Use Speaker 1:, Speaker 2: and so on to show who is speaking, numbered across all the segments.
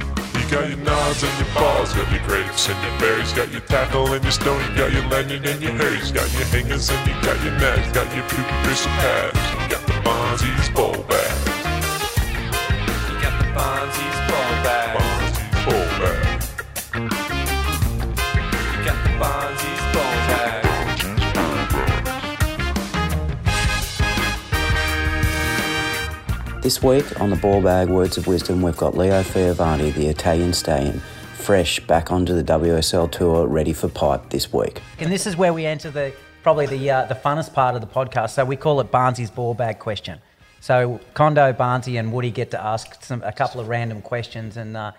Speaker 1: You got your nods and your balls, got your grapes and your berries, got your tackle and your stone, you got your lanyard and your hairs, got your hangers and you got your knives, got your poopy crystal pads, you got the Bonzi's bowl bag,
Speaker 2: You got the Bonzi's ball bag.
Speaker 1: Bonzi's bowl bag,
Speaker 2: You got the Bonzi's ball bag.
Speaker 3: This week on the Ball Bag Words of Wisdom, we've got Leo Fiovanti, the Italian stallion, fresh back onto the WSL tour, ready for pipe this week.
Speaker 4: And this is where we enter the probably the uh, the funnest part of the podcast. So we call it Barnsley's ball bag question. So Kondo, Barnsley, and Woody get to ask some a couple of random questions, and uh,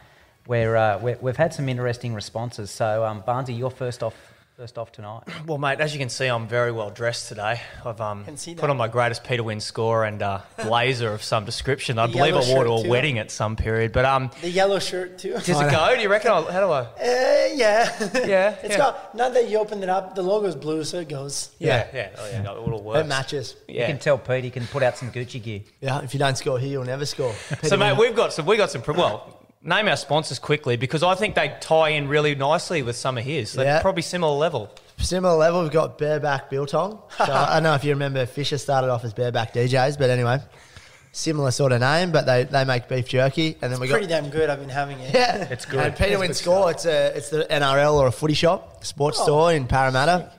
Speaker 4: we're, uh, we we've had some interesting responses. So um, Barnsley, you're first off first off tonight.
Speaker 5: Well, mate, as you can see, I'm very well dressed today. I've um,
Speaker 6: see
Speaker 5: put
Speaker 6: that.
Speaker 5: on my greatest Peter Wynn score and uh, blazer of some description. I
Speaker 6: The
Speaker 5: believe I
Speaker 6: yellow
Speaker 5: wore to
Speaker 6: shirt
Speaker 5: a
Speaker 6: too.
Speaker 5: wedding at some period. But um,
Speaker 6: The yellow shirt too.
Speaker 7: Oh,
Speaker 5: does it go? Do you reckon? I, how do I?
Speaker 6: Eh, yeah.
Speaker 5: Yeah,
Speaker 6: it's
Speaker 5: yeah.
Speaker 6: got now that you opened it up, the logo's blue, so it goes.
Speaker 5: Yeah, yeah, oh, yeah. It all works.
Speaker 7: It matches.
Speaker 5: Yeah.
Speaker 4: You can tell Pete he can put out some Gucci gear.
Speaker 7: Yeah, if you don't score here, you'll never score.
Speaker 5: So, mate, we've got some. We got some. pr- Well, name our sponsors quickly because I think they tie in really nicely with some of his. They're
Speaker 7: Yeah.
Speaker 5: probably similar level.
Speaker 7: Similar level, we've got Bareback Biltong. So I don't know if you remember, Fisher started off as Bareback DJs, but anyway, similar sort of name, but they, they make beef jerky. And then we got.
Speaker 6: Pretty damn good. I've been having it.
Speaker 7: Yeah. It's good. And Peter Wynn Score, it's, a, it's the NRL or a footy shop, sports store in Parramatta.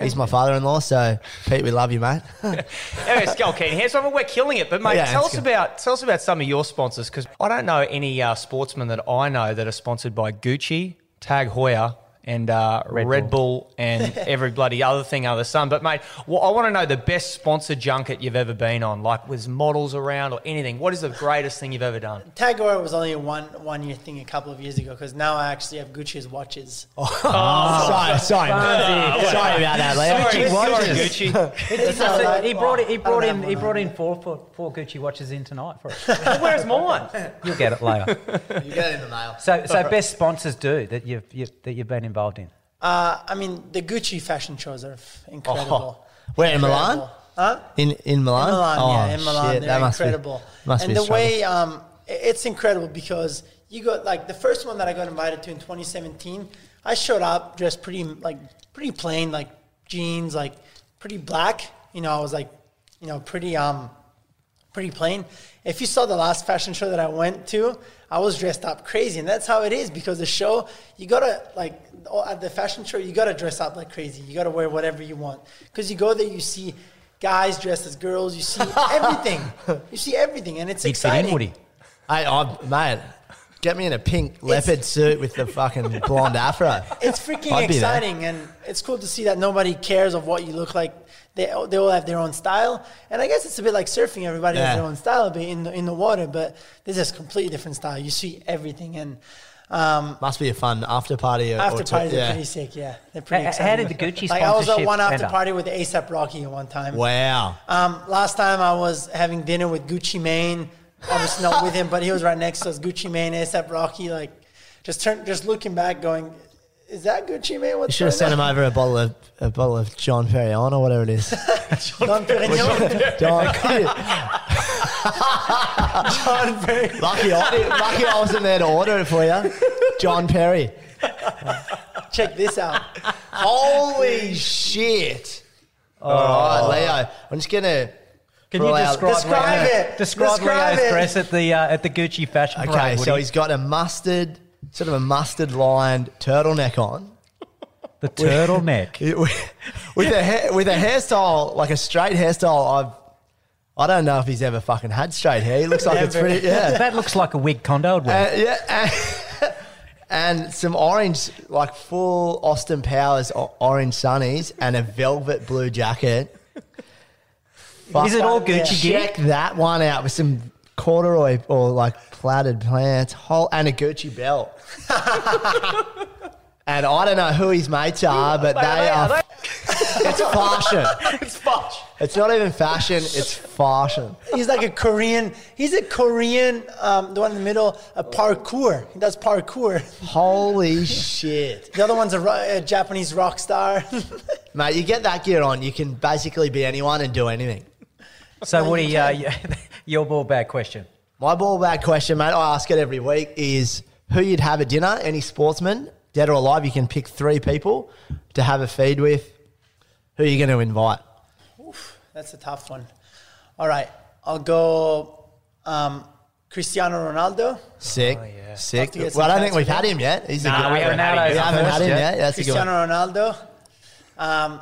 Speaker 7: He's my father in law, so Pete, we love you, mate.
Speaker 5: Anyway, Skull Keen here. So we're killing it. But mate,
Speaker 7: Yeah,
Speaker 5: tell
Speaker 7: it's
Speaker 5: us
Speaker 7: good.
Speaker 5: about tell us about some of your sponsors because I don't know any uh, sportsmen that I know that are sponsored by Gucci, Tag Heuer, and uh, Red, Bull. and every bloody other thing under the sun. But mate, well, I want to know the best sponsor junket you've ever been on, like with models around or anything. What is the greatest thing you've ever done?
Speaker 6: Tagore was only a one one year thing a couple of years ago because now I actually have Gucci's watches.
Speaker 7: sorry, sorry.
Speaker 5: Barnsley.
Speaker 7: Sorry about that, Leo.
Speaker 5: Oh. Sorry, sorry, Gucci.
Speaker 6: It's all right.
Speaker 4: he brought it, he
Speaker 6: I don't
Speaker 4: brought
Speaker 6: have
Speaker 4: in
Speaker 6: one
Speaker 4: he
Speaker 6: of
Speaker 4: brought
Speaker 6: them.
Speaker 4: in four, four, four Gucci watches in tonight for us.
Speaker 5: Well, where's mine?
Speaker 4: You'll get it later.
Speaker 7: You get it in the mail.
Speaker 4: So so best sponsors do that you've you, that you've been involved in.
Speaker 6: Uh, I mean, the Gucci fashion shows are f- incredible.
Speaker 7: Oh, Where, in Milan?
Speaker 6: Incredible. Huh?
Speaker 7: In in Milan?
Speaker 6: In Milan,
Speaker 7: Oh,
Speaker 6: yeah, in Milan,
Speaker 7: shit,
Speaker 6: they're
Speaker 7: must be-
Speaker 6: incredible.
Speaker 7: must
Speaker 6: and
Speaker 7: be a
Speaker 6: the
Speaker 7: struggle.
Speaker 6: way um, i- it's incredible because you got like the first one that I got invited to in 2017. I showed up dressed pretty like pretty plain, like jeans, like pretty black. You know, I was like, you know, pretty um, pretty plain. If you saw the last fashion show that I went to, I was dressed up crazy, and that's how it is because the show you gotta like oh, at the fashion show you gotta dress up like crazy. You gotta wear whatever you want because you go there, you see guys dressed as girls, you see everything, you see everything, and it's
Speaker 4: You'd fit
Speaker 6: exciting.
Speaker 4: in, Woody.
Speaker 7: Hey, I'm, mate, get me in a pink leopard suit with the fucking blonde afro.
Speaker 6: It's freaking
Speaker 7: I'd be there.
Speaker 6: exciting, and it's cool to see that nobody cares of what you look like. They, they all have their own style, and I guess it's a bit like surfing. Everybody has
Speaker 7: Yeah.
Speaker 6: their own style, but in the, in the water, but this is completely different style. You see everything, and um,
Speaker 7: Must be a fun after party. Or, or
Speaker 6: after
Speaker 7: two-
Speaker 6: parties are
Speaker 7: yeah.
Speaker 6: pretty sick. Yeah, they're pretty.
Speaker 4: How-
Speaker 6: exciting.
Speaker 4: how did the Gucci
Speaker 6: Like I was at
Speaker 4: sponsorship
Speaker 6: one
Speaker 4: end
Speaker 6: after
Speaker 4: up?
Speaker 6: party with ASAP Rocky at one time.
Speaker 7: Wow.
Speaker 6: Um, last time I was having dinner with Gucci Mane. Obviously not with him, but he was right next to us. Gucci Mane, ASAP Rocky, like just turn, just looking back, going, "Is that Gucci Mane?
Speaker 7: You
Speaker 6: What's
Speaker 7: should have
Speaker 6: going
Speaker 7: sent
Speaker 6: on?"
Speaker 7: him over a bottle of a bottle of John Perignon or whatever it is.
Speaker 6: Don Perignon.
Speaker 7: John, John Perry. Lucky I, didn't- lucky I wasn't there to order it for you. John Perry.
Speaker 6: Check this out.
Speaker 7: Holy shit! All right, Leo. I'm just gonna.
Speaker 4: Can you
Speaker 7: for all our-
Speaker 4: describe,
Speaker 6: Describe
Speaker 4: Leo,
Speaker 6: it.
Speaker 4: Describe,
Speaker 6: Describe
Speaker 4: Leo's
Speaker 6: it.
Speaker 4: dress at the uh, at the Gucci fashion
Speaker 7: Okay,
Speaker 4: parade.
Speaker 7: so
Speaker 4: Woody.
Speaker 7: he's got a mustard, sort of a mustard lined turtleneck on.
Speaker 4: the turtleneck.
Speaker 7: It- With with a hair, with a hairstyle like a straight hairstyle, I've I don't know if he's ever fucking had straight hair. He looks like it's
Speaker 6: Never.
Speaker 7: pretty yeah.
Speaker 4: that looks like a wig condo would wear.
Speaker 7: Uh, yeah, and, and some orange like full Austin Powers o- orange sunnies and a velvet blue jacket.
Speaker 4: Is it all Gucci gear?
Speaker 7: Check that one out with some corduroy or like plaited plants, whole and a Gucci belt. and I don't know who his mates are, but
Speaker 5: Mate,
Speaker 7: they
Speaker 5: are
Speaker 7: are.
Speaker 5: they-
Speaker 7: It's fashion.
Speaker 5: It's fudge.
Speaker 7: It's not even fashion. It's fashion.
Speaker 6: He's like a Korean. He's a Korean. Um, the one in the middle, a parkour. He does parkour.
Speaker 7: Holy shit,
Speaker 6: The other one's a, ro- a Japanese rock star.
Speaker 7: mate! You get that gear on, you can basically be anyone and do anything.
Speaker 4: So Woody, uh, your ball bag question.
Speaker 7: My ball bag question, mate, I ask it every week is who you'd have at dinner, any sportsman, dead or alive, you can pick three people to have a feed with. Who are you going to invite?
Speaker 6: That's a tough one. All right, I'll go um, Cristiano Ronaldo.
Speaker 7: Sick, sick.
Speaker 6: Oh, Have to get
Speaker 7: Well, I
Speaker 6: some
Speaker 7: don't think we've
Speaker 6: fans
Speaker 7: had him yet. He's a
Speaker 5: Nah,
Speaker 7: good
Speaker 5: we haven't had him
Speaker 7: We
Speaker 5: yet.
Speaker 7: haven't had him
Speaker 5: Yeah.
Speaker 7: yet. That's a good
Speaker 6: Cristiano
Speaker 7: one.
Speaker 6: Ronaldo, um,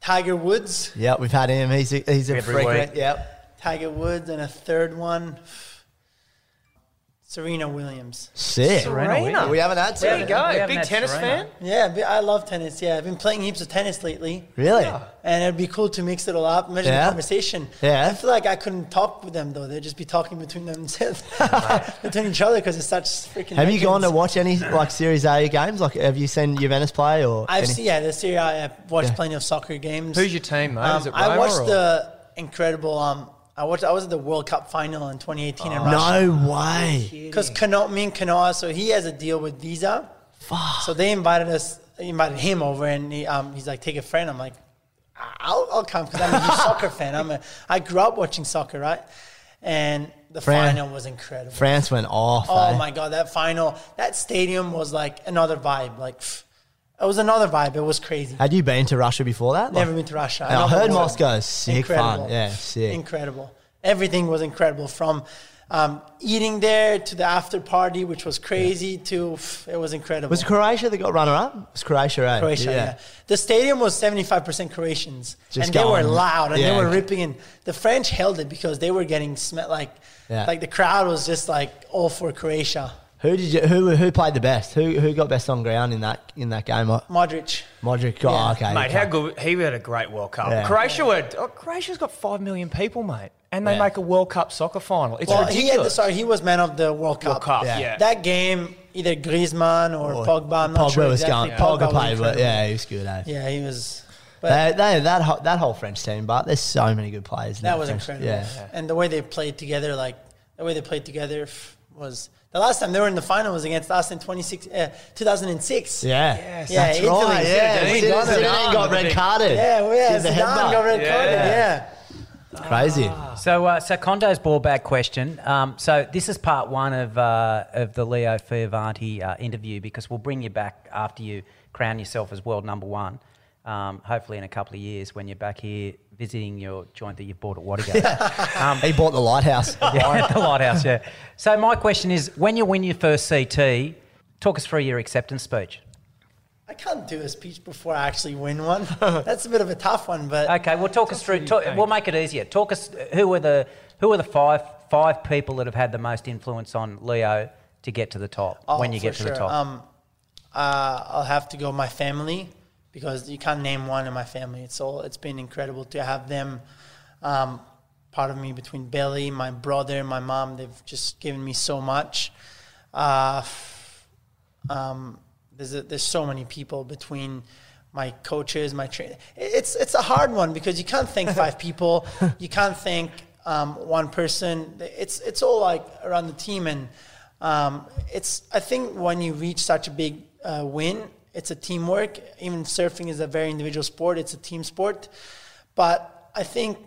Speaker 6: Tiger Woods,
Speaker 7: Yeah, we've had him. He's a, he's a
Speaker 5: Every
Speaker 7: frequent.
Speaker 5: week.
Speaker 7: Yep.
Speaker 6: Tiger Woods, and a third one, Serena Williams.
Speaker 7: Sick.
Speaker 5: Serena.
Speaker 7: We haven't had
Speaker 5: There you
Speaker 7: Serena.
Speaker 4: We haven't
Speaker 5: go. Big
Speaker 4: had
Speaker 5: tennis
Speaker 4: Serena.
Speaker 5: fan.
Speaker 6: Yeah, but I love tennis. Yeah, I've been playing heaps of tennis lately.
Speaker 7: Really?
Speaker 6: And it'd be cool to mix it all up, measure
Speaker 7: Yeah.
Speaker 6: the conversation.
Speaker 7: Yeah.
Speaker 6: I feel like I couldn't talk with them though. They'd just be talking between themselves, between each other because it's such freaking.
Speaker 7: Have you gone to
Speaker 6: legends.
Speaker 7: watch any like Series A games? Like, have you seen Juventus play or?
Speaker 6: I've
Speaker 7: any?
Speaker 6: seen yeah the Serie. A, I've watched
Speaker 7: Yeah.
Speaker 6: plenty of soccer games.
Speaker 5: Who's your team, mate? Is
Speaker 6: Um,
Speaker 5: it
Speaker 6: I
Speaker 5: Roma
Speaker 6: watched
Speaker 5: or-
Speaker 6: the incredible. Um, I watched. I was at the World Cup final in 2018 in Russia.
Speaker 7: Oh, No way.
Speaker 6: Because Kano, me and Kanoa, so he has a deal with Visa.
Speaker 7: Fuck.
Speaker 6: So they invited us, they invited him over, and he, um, he's like, "Take a friend." I'm like, "I'll, I'll come because I'm a huge soccer fan. I'm a, I grew up watching soccer, right?" And the
Speaker 7: Fran-
Speaker 6: final was incredible.
Speaker 7: France went off.
Speaker 6: oh
Speaker 7: eh?
Speaker 6: my god, that final, that stadium was like another vibe. Like, pff, it was another vibe. It was crazy.
Speaker 7: Had you been to Russia before that?
Speaker 6: Never
Speaker 7: Like-
Speaker 6: been to Russia.
Speaker 7: Yeah, I
Speaker 6: Another
Speaker 7: heard
Speaker 6: world.
Speaker 7: Moscow's sick fun. Yeah, sick.
Speaker 6: Incredible. Everything was incredible from um, eating there to the after party, which was crazy, to pff, it was incredible.
Speaker 7: Was it Croatia that got runner up? It was Croatia, eh?
Speaker 6: Croatia, yeah. The stadium was 75% Croatians.
Speaker 7: Just
Speaker 6: and they were
Speaker 7: going.
Speaker 6: loud and
Speaker 7: Yeah.
Speaker 6: they were ripping in. The French held it because they were getting sm- like
Speaker 7: Yeah.
Speaker 6: like the crowd was just like all for Croatia.
Speaker 7: Who did you? Who who played the best? Who who got best on ground in that in that game? Mo-
Speaker 6: Modric.
Speaker 7: Modric. Oh,
Speaker 6: Yeah.
Speaker 7: okay.
Speaker 5: Mate, how good he had a great World Cup.
Speaker 7: Yeah.
Speaker 5: Croatia were oh, Croatia's got five million people, mate, and they
Speaker 7: Yeah.
Speaker 5: make a World Cup soccer final. It's
Speaker 6: Well, he
Speaker 5: ridiculous.
Speaker 6: had the, sorry, he was man of the World Cup.
Speaker 5: World Cup,
Speaker 7: Yeah.
Speaker 5: yeah.
Speaker 6: That game, either Griezmann or,
Speaker 7: Or
Speaker 6: Pogba, I'm not
Speaker 7: Pogba
Speaker 6: sure
Speaker 7: was
Speaker 6: exactly.
Speaker 7: going. Pogba,
Speaker 6: was
Speaker 7: played, but
Speaker 6: incredible.
Speaker 7: yeah, he was good. Eh?
Speaker 6: Yeah, he was. But
Speaker 7: They, they, that ho- that whole French team, but there's so many good players. in
Speaker 6: that was
Speaker 7: French-
Speaker 6: incredible.
Speaker 7: Yeah.
Speaker 6: And the way they played together, like the way they played together f- was the last time they were in the final was against us in 26, uh, 2006.
Speaker 7: Yeah,
Speaker 5: Yes.
Speaker 6: Yeah,
Speaker 7: that's
Speaker 6: Italy.
Speaker 7: right. Yeah,
Speaker 5: Zidane.
Speaker 7: Zidane,
Speaker 5: Zidane
Speaker 7: got
Speaker 5: got
Speaker 7: red
Speaker 5: big-
Speaker 7: carded.
Speaker 6: Yeah, well, yeah.
Speaker 7: Did the
Speaker 6: Zidane
Speaker 7: headbutt.
Speaker 6: got red
Speaker 5: Yeah.
Speaker 6: carded. Yeah.
Speaker 7: Crazy.
Speaker 4: So, uh, so Condo's ball back question. Um, so this is part one of uh, of the Leo Fioravanti uh, interview because we'll bring you back after you crown yourself as world number one. Um, hopefully, in a couple of years when you're back here visiting your joint that you've bought at Watergate. um,
Speaker 7: He bought the lighthouse.
Speaker 4: yeah, the lighthouse, yeah. So my question is, when you win your first CT, talk us through your acceptance speech.
Speaker 6: I can't do a speech before I actually win one. That's a bit of a tough one, but
Speaker 4: Okay, well, talk us through. Talk, we'll make it easier. Talk us. Who are the who are the five five people that have had the most influence on Leo to get to the top?
Speaker 6: Oh,
Speaker 4: when you
Speaker 6: for
Speaker 4: get to the
Speaker 6: sure.
Speaker 4: top,
Speaker 6: Um, uh, I'll have to go my family because you can't name one in my family. It's all. It's been incredible to have them um, part of me between Billy, my brother, my mom. They've just given me so much. Uh, um, there's a, there's so many people between my coaches, my train. It's it's a hard one because you can't thank five people, you can't thank um, one person. It's it's all like around the team, and um, it's I think when you reach such a big uh, win, it's a teamwork. Even surfing is a very individual sport; it's a team sport. But I think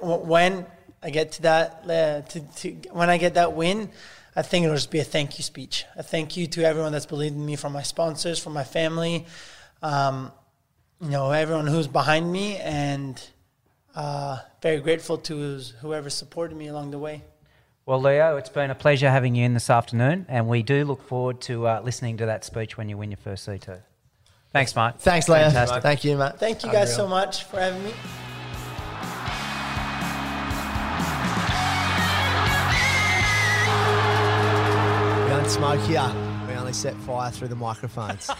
Speaker 6: w- when I get to that, uh, to, to, when I get that win, I think it'll just be a thank you speech. A thank you to everyone that's believed in me, from my sponsors, from my family, um, you know, everyone who's behind me, and uh, very grateful to whoever supported me along the way.
Speaker 4: well, Leo, it's been a pleasure having you in this afternoon, and we do look forward to uh, listening to that speech when you win your first CT. Thanks, mate.
Speaker 7: Thanks, Leo.
Speaker 4: Fantastic.
Speaker 7: Thank you, mate.
Speaker 6: Thank you guys so much for having me.
Speaker 7: We don't smoke here. We only set fire through the microphones.